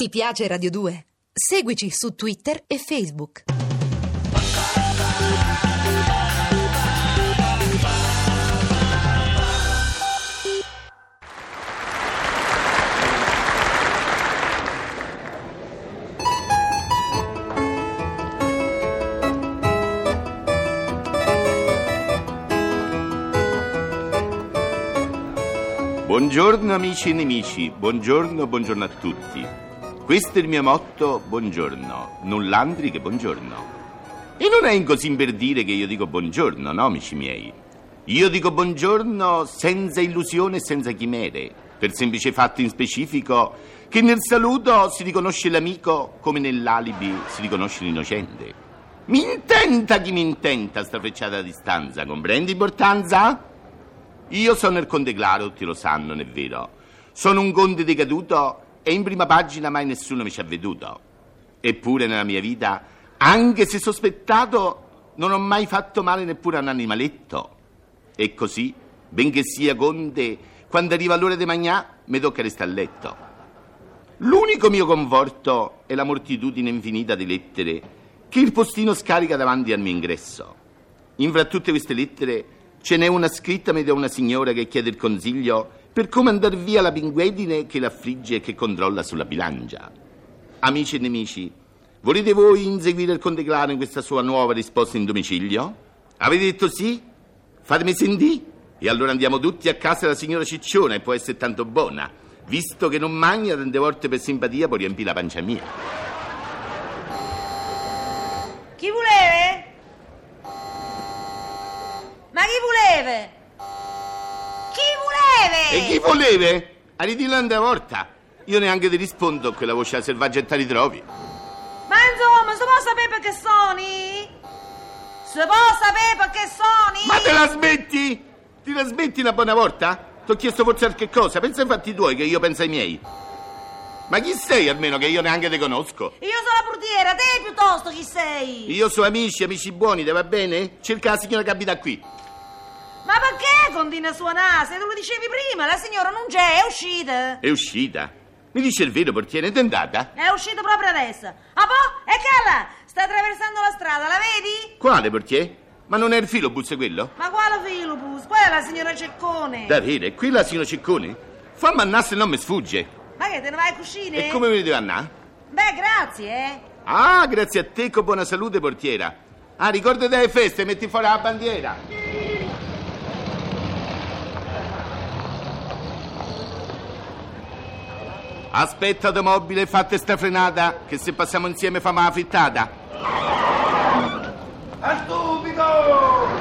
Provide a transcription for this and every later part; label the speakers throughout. Speaker 1: Ti piace Radio 2? Seguici su Twitter e Facebook.
Speaker 2: Buongiorno amici e nemici, buongiorno, buongiorno a tutti. Questo è il mio motto, buongiorno, null'andri che buongiorno. E non è incosin per dire che io dico buongiorno, no amici miei? Io dico buongiorno senza illusione e senza chimere, per semplice fatto in specifico che nel saluto si riconosce l'amico come nell'alibi si riconosce l'innocente. Mi intenta chi mi intenta sta frecciata a distanza, comprendi importanza? Io sono il Conte Claro, tutti lo sanno, non è vero. Sono un conte decaduto e in prima pagina mai nessuno mi ci ha veduto. Eppure nella mia vita, anche se sospettato, non ho mai fatto male neppure a un animaletto. E così, benché sia conte, quando arriva l'ora di magnà, mi tocca restare a letto. L'unico mio conforto è la moltitudine infinita di lettere che il postino scarica davanti al mio ingresso. In fra tutte queste lettere ce n'è una scritta da una signora che chiede il consiglio per come andar via la pinguedine che l'affligge e che controlla sulla bilancia. Amici e nemici, volete voi inseguire il Conte Claro in questa sua nuova risposta in domicilio? Avete detto sì? Fatemi sentire. E allora andiamo tutti a casa della signora Ciccione, e può essere tanto buona, visto che non mangia tante volte per simpatia, può riempire la pancia mia.
Speaker 3: Chi voleva? Ma chi voleva? Chi voleva?
Speaker 2: E chi voleva? A ridirlo andare volta. Io neanche ti rispondo a quella voce da selvaggetta li trovi.
Speaker 3: Ma insomma, si può sapere perché soni? Si può sapere perché soni?
Speaker 2: Ma te la smetti? Ti la smetti una buona volta? T'ho chiesto forse qualche cosa. Pensa ai fatti tuoi che io penso ai miei. Ma chi sei almeno che io neanche ti conosco?
Speaker 3: Io sono la brutiera, te piuttosto chi sei?
Speaker 2: Io sono amici, amici buoni, te va bene? Cerca la signora che abita qui.
Speaker 3: Ma perché continua a suonare? Se tu lo dicevi prima, la signora non c'è, è uscita.
Speaker 2: È uscita. Mi dice il vero portiere, è andata?
Speaker 3: È uscita proprio adesso. Ah boh? E cala! Sta attraversando la strada, la vedi?
Speaker 2: Quale portiere? Ma non è il filo buzzo quello?
Speaker 3: Ma quale Filopus? Quella è la signora Ceccone.
Speaker 2: Davvero, è qui la signora Ciccone? Fammi annà se non mi sfugge.
Speaker 3: Ma che te ne vai a cucine?
Speaker 2: E come mi deve annà?
Speaker 3: Beh, grazie, eh.
Speaker 2: Ah, grazie a te, con buona salute, portiera. Ah, ricordati delle feste, metti fuori la bandiera. Aspetta, automobile, fate sta frenata, che se passiamo insieme fa la frittata.
Speaker 4: A stupido!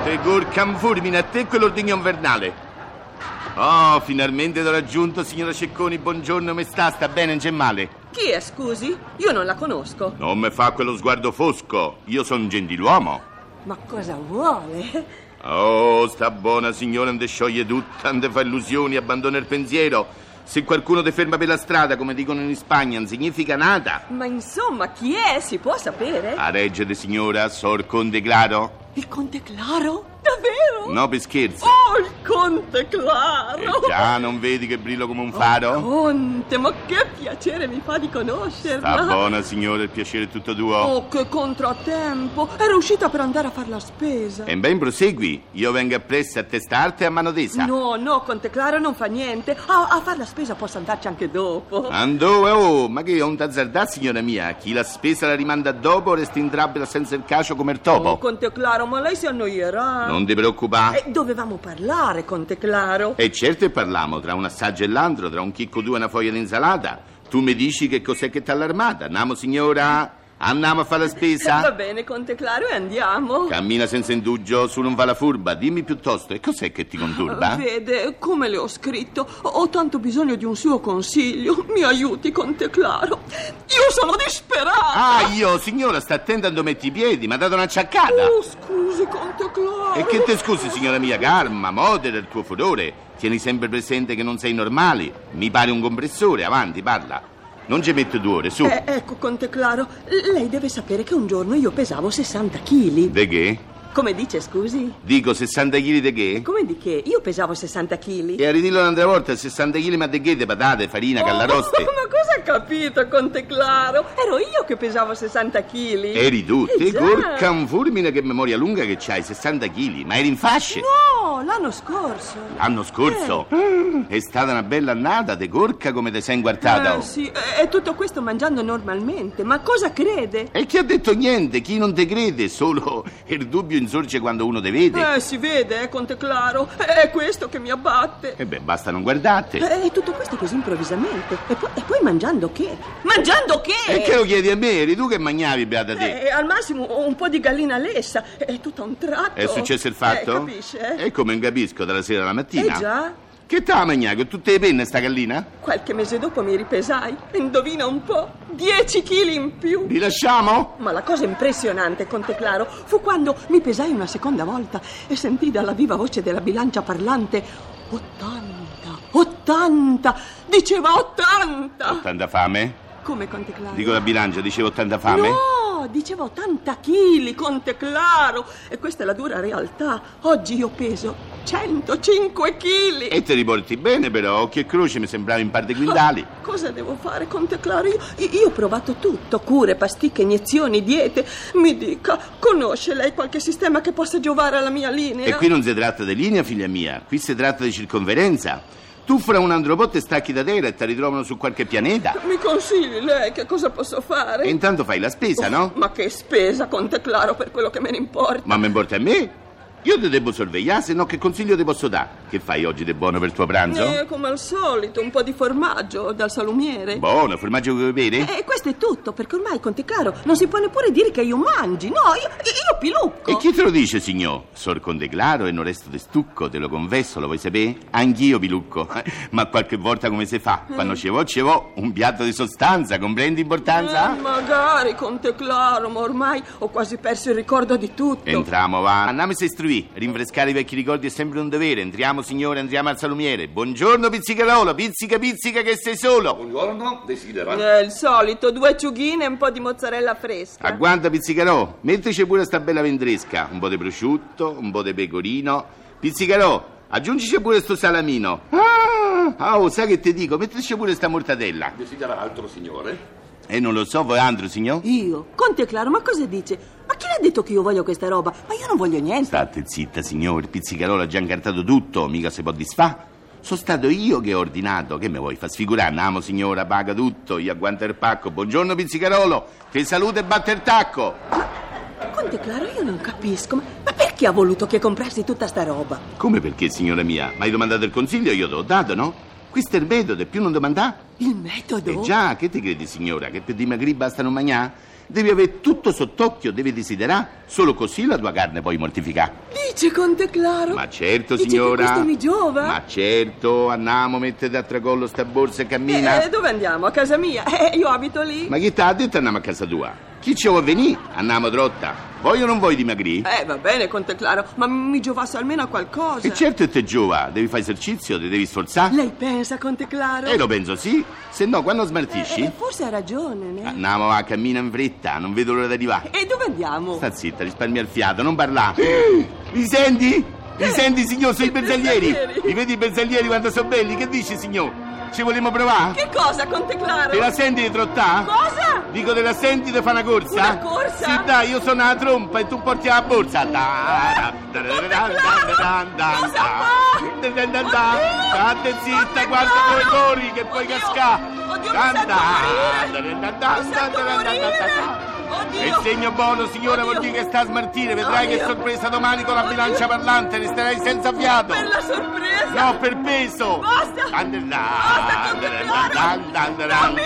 Speaker 2: Te gorcam fulmine, a te quell'ordigno invernale. Oh, finalmente l'ho raggiunto, signora Cecconi, buongiorno, come sta? Sta bene, non c'è male?
Speaker 5: Chi è, scusi? Io non la conosco.
Speaker 2: Non mi fa quello sguardo fosco, io sono un gentiluomo.
Speaker 5: Ma cosa vuole?
Speaker 2: Oh, sta buona signora, non ti scioglie tutta, non ti fa illusioni, abbandona il pensiero. Se qualcuno ti ferma per la strada, come dicono in Spagna, non significa nada.
Speaker 5: Ma insomma, chi è? Si può sapere?
Speaker 2: A reggere, signora, sor Conte Claro?
Speaker 5: Il conte Claro? Davvero?
Speaker 2: No, per scherzo.
Speaker 5: Oh, il conte
Speaker 2: E
Speaker 5: Claro!
Speaker 2: già, non vedi che brillo come un faro?
Speaker 5: Conte, ma che piacere mi fa di conoscerla!
Speaker 2: Sta buona signora, il piacere è tutto tuo.
Speaker 5: Oh, che contrattempo! Ero uscita per andare a fare la spesa.
Speaker 2: E ben prosegui, io vengo appresso a testa alta e a mano tesa.
Speaker 5: No, no, Conte Claro non fa niente. A, a fare la spesa posso andarci anche dopo.
Speaker 2: Andò, eh, oh, ma che è un d'azzardà, signora mia. Chi la spesa la rimanda dopo resta in trabella senza il cacio come il
Speaker 5: Oh,
Speaker 2: topo.
Speaker 5: Conte Claro, ma lei si annoierà.
Speaker 2: boh. Non ti preoccupare.
Speaker 5: Eh, dovevamo parlare, Conte Claro.
Speaker 2: E certo che parliamo tra un assaggio e l'altro, tra un chicco due e una foglia d'insalata. Tu mi dici che cos'è che t'ha allarmata. Andiamo, signora? Andiamo a fare la
Speaker 5: Va
Speaker 2: spesa?
Speaker 5: bene, Conte Claro, e andiamo.
Speaker 2: Cammina senza indugio, su non va la furba. Dimmi piuttosto, e cos'è che ti conturba?
Speaker 5: Vede, come le ho scritto, ho- ho tanto bisogno di un suo consiglio. Mi aiuti, Conte Claro. Io sono disperata.
Speaker 2: Ah, io, signora, sta attenta dove metti i piedi, mi ha dato una ciaccata.
Speaker 5: Oh, scusi, Conte Claro.
Speaker 2: E che te scusi, signora mia, calma, modera il tuo furore. Tieni sempre presente che non sei normale. Mi pare un compressore, avanti, parla. Non ci metto due ore, su.
Speaker 5: Eh, ecco, Conte Claro, lei deve sapere che un giorno io pesavo 60 kg.
Speaker 2: De che?
Speaker 5: Come dice, scusi?
Speaker 2: Dico 60 kg de che?
Speaker 5: Come di che? Io pesavo 60 kg.
Speaker 2: E a ridillo un'altra volta, 60 kg ma de che? De patate, farina, callaroste.
Speaker 5: Oh, ma cosa ha capito, Conte Claro? Ero io che pesavo 60 kg.
Speaker 2: Eri tu, te
Speaker 5: Eh, già.
Speaker 2: porca un fulmine che memoria lunga che c'hai, 60 kg, ma eri in fasce.
Speaker 5: No, Eh. l'anno scorso.
Speaker 2: L'anno scorso è stata una bella annata, te corca come te sei inguartata.
Speaker 5: Ah. Eh,
Speaker 2: oh.
Speaker 5: sì, e e tutto questo mangiando normalmente. Ma cosa crede?
Speaker 2: E chi ha detto niente, chi non te crede, solo il dubbio insorge quando uno te vede.
Speaker 5: Eh, si vede, eh, Conte Claro. È questo che mi abbatte. Eh,
Speaker 2: E beh, basta non guardate.
Speaker 5: E tutto questo così improvvisamente. E poi, e poi mangiando che? Mangiando che?
Speaker 2: E che lo chiedi a me, eri tu che magnavi, beata te.
Speaker 5: Eh, al massimo un po' di gallina lessa e tutto a un tratto.
Speaker 2: È successo il fatto?
Speaker 5: Eh, capisce? Eh?
Speaker 2: E come non capisco, dalla sera alla mattina.
Speaker 5: Eh già,
Speaker 2: Che t'ha mangiato, con tutte le penne sta gallina?
Speaker 5: qualche mese dopo mi ripesai. Indovina un po', 10 kg in più.
Speaker 2: Li lasciamo?
Speaker 5: Ma la cosa impressionante, Conte Claro, fu quando mi pesai una seconda volta e sentii dalla viva voce della bilancia parlante 80, 80, diceva 80.
Speaker 2: 80 fame?
Speaker 5: Come Conte Claro?
Speaker 2: Dico la bilancia, dicevo 80 fame?
Speaker 5: No, dicevo 80 kg, Conte Claro. E questa è la dura realtà. Oggi io peso 105 kg.
Speaker 2: E te li porti bene però, occhi e croce mi sembrava in parte quintali.
Speaker 5: Cosa devo fare, Conte Claro? Io, io ho provato tutto, cure, pasticche, iniezioni, diete. Mi dica, conosce lei qualche sistema che possa giovare alla mia linea?
Speaker 2: E qui non si tratta di linea, figlia mia, qui si tratta di circonferenza. Tu fra un andropotte stacchi da terra e ti ritrovano su qualche pianeta.
Speaker 5: Mi consigli lei che cosa posso fare?
Speaker 2: E intanto fai la spesa, no?
Speaker 5: Oh, Ma che spesa, Conte Claro, per quello che me ne importa.
Speaker 2: Ma mi importa a me? Io ti devo sorvegliare, se no che consiglio ti posso dare? Che fai oggi di buono per il tuo pranzo?
Speaker 5: Eh, come al solito, un po' di formaggio dal salumiere.
Speaker 2: Buono, formaggio con i peri?
Speaker 5: E questo è tutto, perché ormai, Conte Claro, non si può neppure dire che io mangi. No, io, io pilucco.
Speaker 2: E chi te lo dice, signor? Sor Condeclaro e non resto de stucco, te lo confesso, lo vuoi sapere? Anch'io pilucco, ma qualche volta come si fa? Quando ci vo, ci vo, un piatto di sostanza, comprendi
Speaker 5: Eh,
Speaker 2: importanza?
Speaker 5: magari, Conte Claro, ma ormai ho quasi perso il ricordo di tutto.
Speaker 2: Entriamo, va. Andiamo a istruire. Rinfrescare i vecchi ricordi è sempre un dovere. Entriamo, signore, andiamo al salumiere. Buongiorno, pizzicarola, pizzica, pizzica, che sei solo.
Speaker 4: Buongiorno, desidera.
Speaker 5: Eh, il solito, due acciughine e un po' di mozzarella fresca.
Speaker 2: Agguanta, pizzicarò. Mettici pure sta bella vendresca. Un po' di prosciutto, un po' di pecorino. Pizzicarò, aggiungici pure sto salamino. Ah, ah, oh, sai che ti dico? Mettici pure sta mortadella.
Speaker 4: Desidera altro, signore?
Speaker 2: E non lo so, voi altro, signor?
Speaker 5: Io? Conte Claro, ma cosa dice? Ma chi le ha detto che io voglio questa roba? Ma io non voglio niente.
Speaker 2: State zitta, signor. Il pizzicarò ha già incartato tutto. Mica si può disfà. Sono stato io che ho ordinato. Che me vuoi far sfigurare? Andiamo, signora, paga tutto. Io agguanto il pacco. Buongiorno, pizzicarolo. Che salute e batte il tacco.
Speaker 5: Conte Claro, io non capisco. Ma, ma perché ha voluto che comprassi tutta sta roba?
Speaker 2: Come perché, signora mia? Ma hai domandato il consiglio? Io te l'ho dato, no? Questo è il metodo, e più non domandare?
Speaker 5: Il metodo?
Speaker 2: E Eh, già, che ti credi, signora? Che per dimagrire basta non mangiare? Devi avere tutto sott'occhio, devi desiderare. Solo così la tua carne puoi mortificare.
Speaker 5: Dice Conte Claro.
Speaker 2: Ma certo,
Speaker 5: Eh, Dice che
Speaker 2: signora.
Speaker 5: questo mi giova?
Speaker 2: Ma certo, andiamo, mettete a tracollo sta borsa e cammina.
Speaker 5: Eh, dove andiamo? A casa mia? Eh, io abito lì.
Speaker 2: Ma chi t'ha detto andiamo a casa tua? Chi ci vuole venire? Andiamo trotta. Voglio o non vuoi dimagrire?
Speaker 5: Eh, va bene, Conte Claro, ma mi giovasse almeno a qualcosa.
Speaker 2: E certo che te giova, devi fare esercizio, ti devi sforzare.
Speaker 5: Lei pensa, Conte Claro?
Speaker 2: E Eh, lo penso sì, se no quando smartisci...
Speaker 5: Eh, eh, forse ha ragione, ne?
Speaker 2: Andiamo, va, cammina in fretta, non vedo l'ora di arrivare.
Speaker 5: E dove andiamo?
Speaker 2: Sta zitta, risparmia il fiato, non parlare. Mi senti? Mi senti, signor? Sono i bersaglieri.
Speaker 5: bersaglieri.
Speaker 2: Mi vedi i bersaglieri quanto sono belli? Che dici, signor? Ci vogliamo provare?
Speaker 5: Che cosa, Conte Claro?
Speaker 2: Te la senti di trottà?
Speaker 5: Cosa?
Speaker 2: Dico, te la senti di fare una corsa?
Speaker 5: Una corsa?
Speaker 2: Sì, dai, io sono la trompa e tu porti la borsa. Da, da, da, da, da, da, da,
Speaker 5: Cosa
Speaker 2: da. Da, da, da, da. State zitta, guarda dove corri che puoi
Speaker 5: Oddio.
Speaker 2: cascare.
Speaker 5: Oddio, mi
Speaker 2: Da, da,
Speaker 5: sento morire.
Speaker 2: da, da, da,
Speaker 5: Mi
Speaker 2: da,
Speaker 5: sento
Speaker 2: da, da, da, da, da.
Speaker 5: morire.
Speaker 2: È
Speaker 5: Oddio.
Speaker 2: il segno buono, signora,
Speaker 5: Oddio.
Speaker 2: vuol dire che sta a smartire. Vedrai che
Speaker 5: Oddio.
Speaker 2: sorpresa domani con la
Speaker 5: Oddio.
Speaker 2: bilancia parlante, resterai senza fiato.
Speaker 5: Per la sorpresa.
Speaker 2: No, per peso!
Speaker 5: Basta. Basta, Conte Claro. Non mi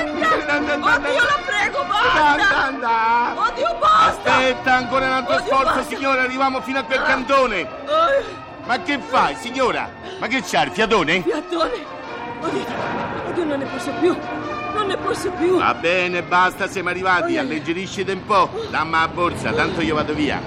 Speaker 5: spinga. Oddio, la prego, basta. Oddio, basta.
Speaker 2: Aspetta, ancora un altro
Speaker 5: Oddio,
Speaker 2: sforzo,
Speaker 5: basta. Ah.
Speaker 2: signora, arriviamo fino a quel cantone!
Speaker 5: Oh,
Speaker 2: Ma che fai, signora? Ma che c'ha, il fiatone?
Speaker 5: piattone. Oddio, oddio, non ne posso più. Non ne posso più.
Speaker 2: Va bene, basta, siamo arrivati, alleggerisciti un po'. Dammi la borsa, tanto io vado via.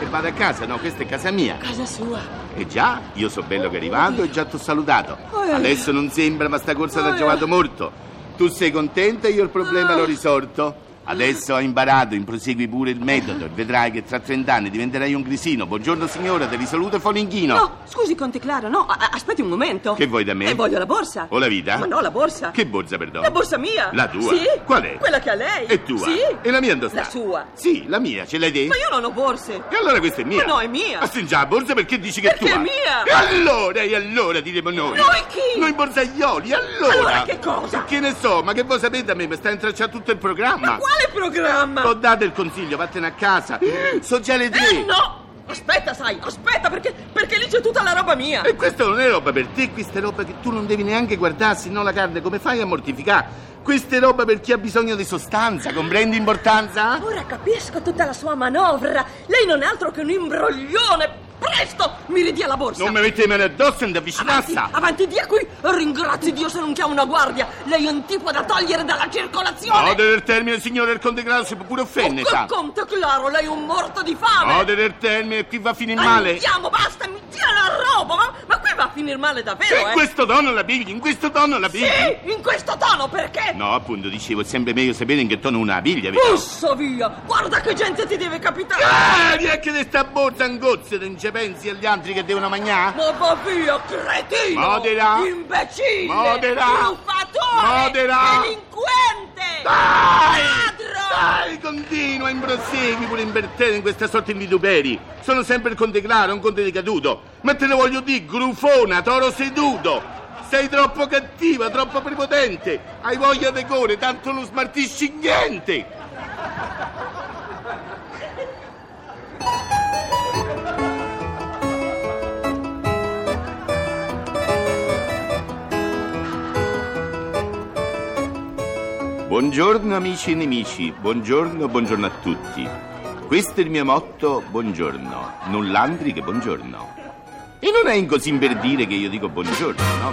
Speaker 2: E vado a casa, no, questa è casa mia.
Speaker 5: Casa sua.
Speaker 2: E già, io so bello che è arrivato e già ti ho salutato.
Speaker 5: Eh.
Speaker 2: Adesso non sembra, ma sta corsa ti ha
Speaker 5: Eh. Ah.
Speaker 2: giovato molto. Tu sei contenta e io il problema l'ho risolto. Adesso ho imparato, improsegui pure il metodo e vedrai che tra 30 anni diventerai un grisino. Buongiorno signora, te li saluto Foninghino.
Speaker 5: No, scusi, Conte Clara, no, a- a- aspetti un momento.
Speaker 2: Che vuoi da me?
Speaker 5: Eh, voglio la borsa.
Speaker 2: O la vita?
Speaker 5: Ma no, la borsa.
Speaker 2: Che borsa, perdono?
Speaker 5: La borsa mia.
Speaker 2: Certo. La tua?
Speaker 5: Sì.
Speaker 2: Qual è?
Speaker 5: Quella che ha lei.
Speaker 2: E tua?
Speaker 5: Sì.
Speaker 2: E la mia dove sta?
Speaker 5: La sua.
Speaker 2: Sì, la mia, ce l'hai te?
Speaker 5: Ma io non ho borse.
Speaker 2: E allora questa è mia?
Speaker 5: Ma no, è mia.
Speaker 2: Ma stringi la borsa perché dici che
Speaker 5: Perché
Speaker 2: è tua?
Speaker 5: è mia.
Speaker 2: E allora, e allora diremo noi?
Speaker 5: Noi chi?
Speaker 2: Noi borsaioli, allora!
Speaker 5: Allora che cosa?
Speaker 2: Che ne so, ma che voi sapete a me? Mi sta a intracciare tutto il programma!
Speaker 5: Ma quale programma?
Speaker 2: Ho dato il consiglio, vattene a casa! Sociale 3!
Speaker 5: Eh, no! Aspetta, sai, aspetta, perché, perché lì c'è tutta la roba mia.
Speaker 2: E questa non è roba per te, questa è roba che tu non devi neanche guardarsi, no la carne, come fai a mortificare? Questa è roba per chi ha bisogno di sostanza, comprendi importanza?
Speaker 5: Ora capisco tutta la sua manovra. Lei non è altro che un imbroglione. Presto, mi ridia la borsa.
Speaker 2: Non mi metti le mani addosso e non ti
Speaker 5: Avanti,
Speaker 2: avvicinassa!
Speaker 5: avanti, dia qui. Ringrazi Dio se non chiamo una guardia. Lei è un tipo da togliere dalla circolazione.
Speaker 2: Ode del termine, signore, il conte Grado si può pure offende, sa?
Speaker 5: Oh, Conte Claro, lei è un morto di fame.
Speaker 2: Ode del termine, qui va a finire male!
Speaker 5: Andiamo, basta, mi tira la roba. Ma, ma qui va a finire male davvero,
Speaker 2: In
Speaker 5: eh.
Speaker 2: questo tono la pigli, in questo tono la pigli!
Speaker 5: Sì, in questo tono, perché?
Speaker 2: No, appunto, dicevo, è sempre meglio sapere in che tono una la piglia, vero?
Speaker 5: Bussa via. Guarda che gente ti deve capitare.
Speaker 2: Ah, neanche di sta borsa angozia, non ci pensi agli altri che devono mangiare?
Speaker 5: Ma va via, cretino!
Speaker 2: Modera.
Speaker 5: Imbecille!
Speaker 2: Modera.
Speaker 5: Truffatore!
Speaker 2: Modera.
Speaker 5: Delinquente!
Speaker 2: Dai!
Speaker 5: Ladro!
Speaker 2: Dai, continua, improsegui pure in Bertene in questa sorta di vituperi. Sono sempre il conte Claro, un conte decaduto. Ma te lo voglio dire, grufona, toro seduto. Sei troppo cattiva, troppo prepotente. Hai voglia di gore, tanto non smartisci niente. Buongiorno amici e nemici, buongiorno, buongiorno a tutti. Questo è il mio motto, buongiorno. Null'andri che buongiorno. E non è in così per dire che io dico buongiorno, no?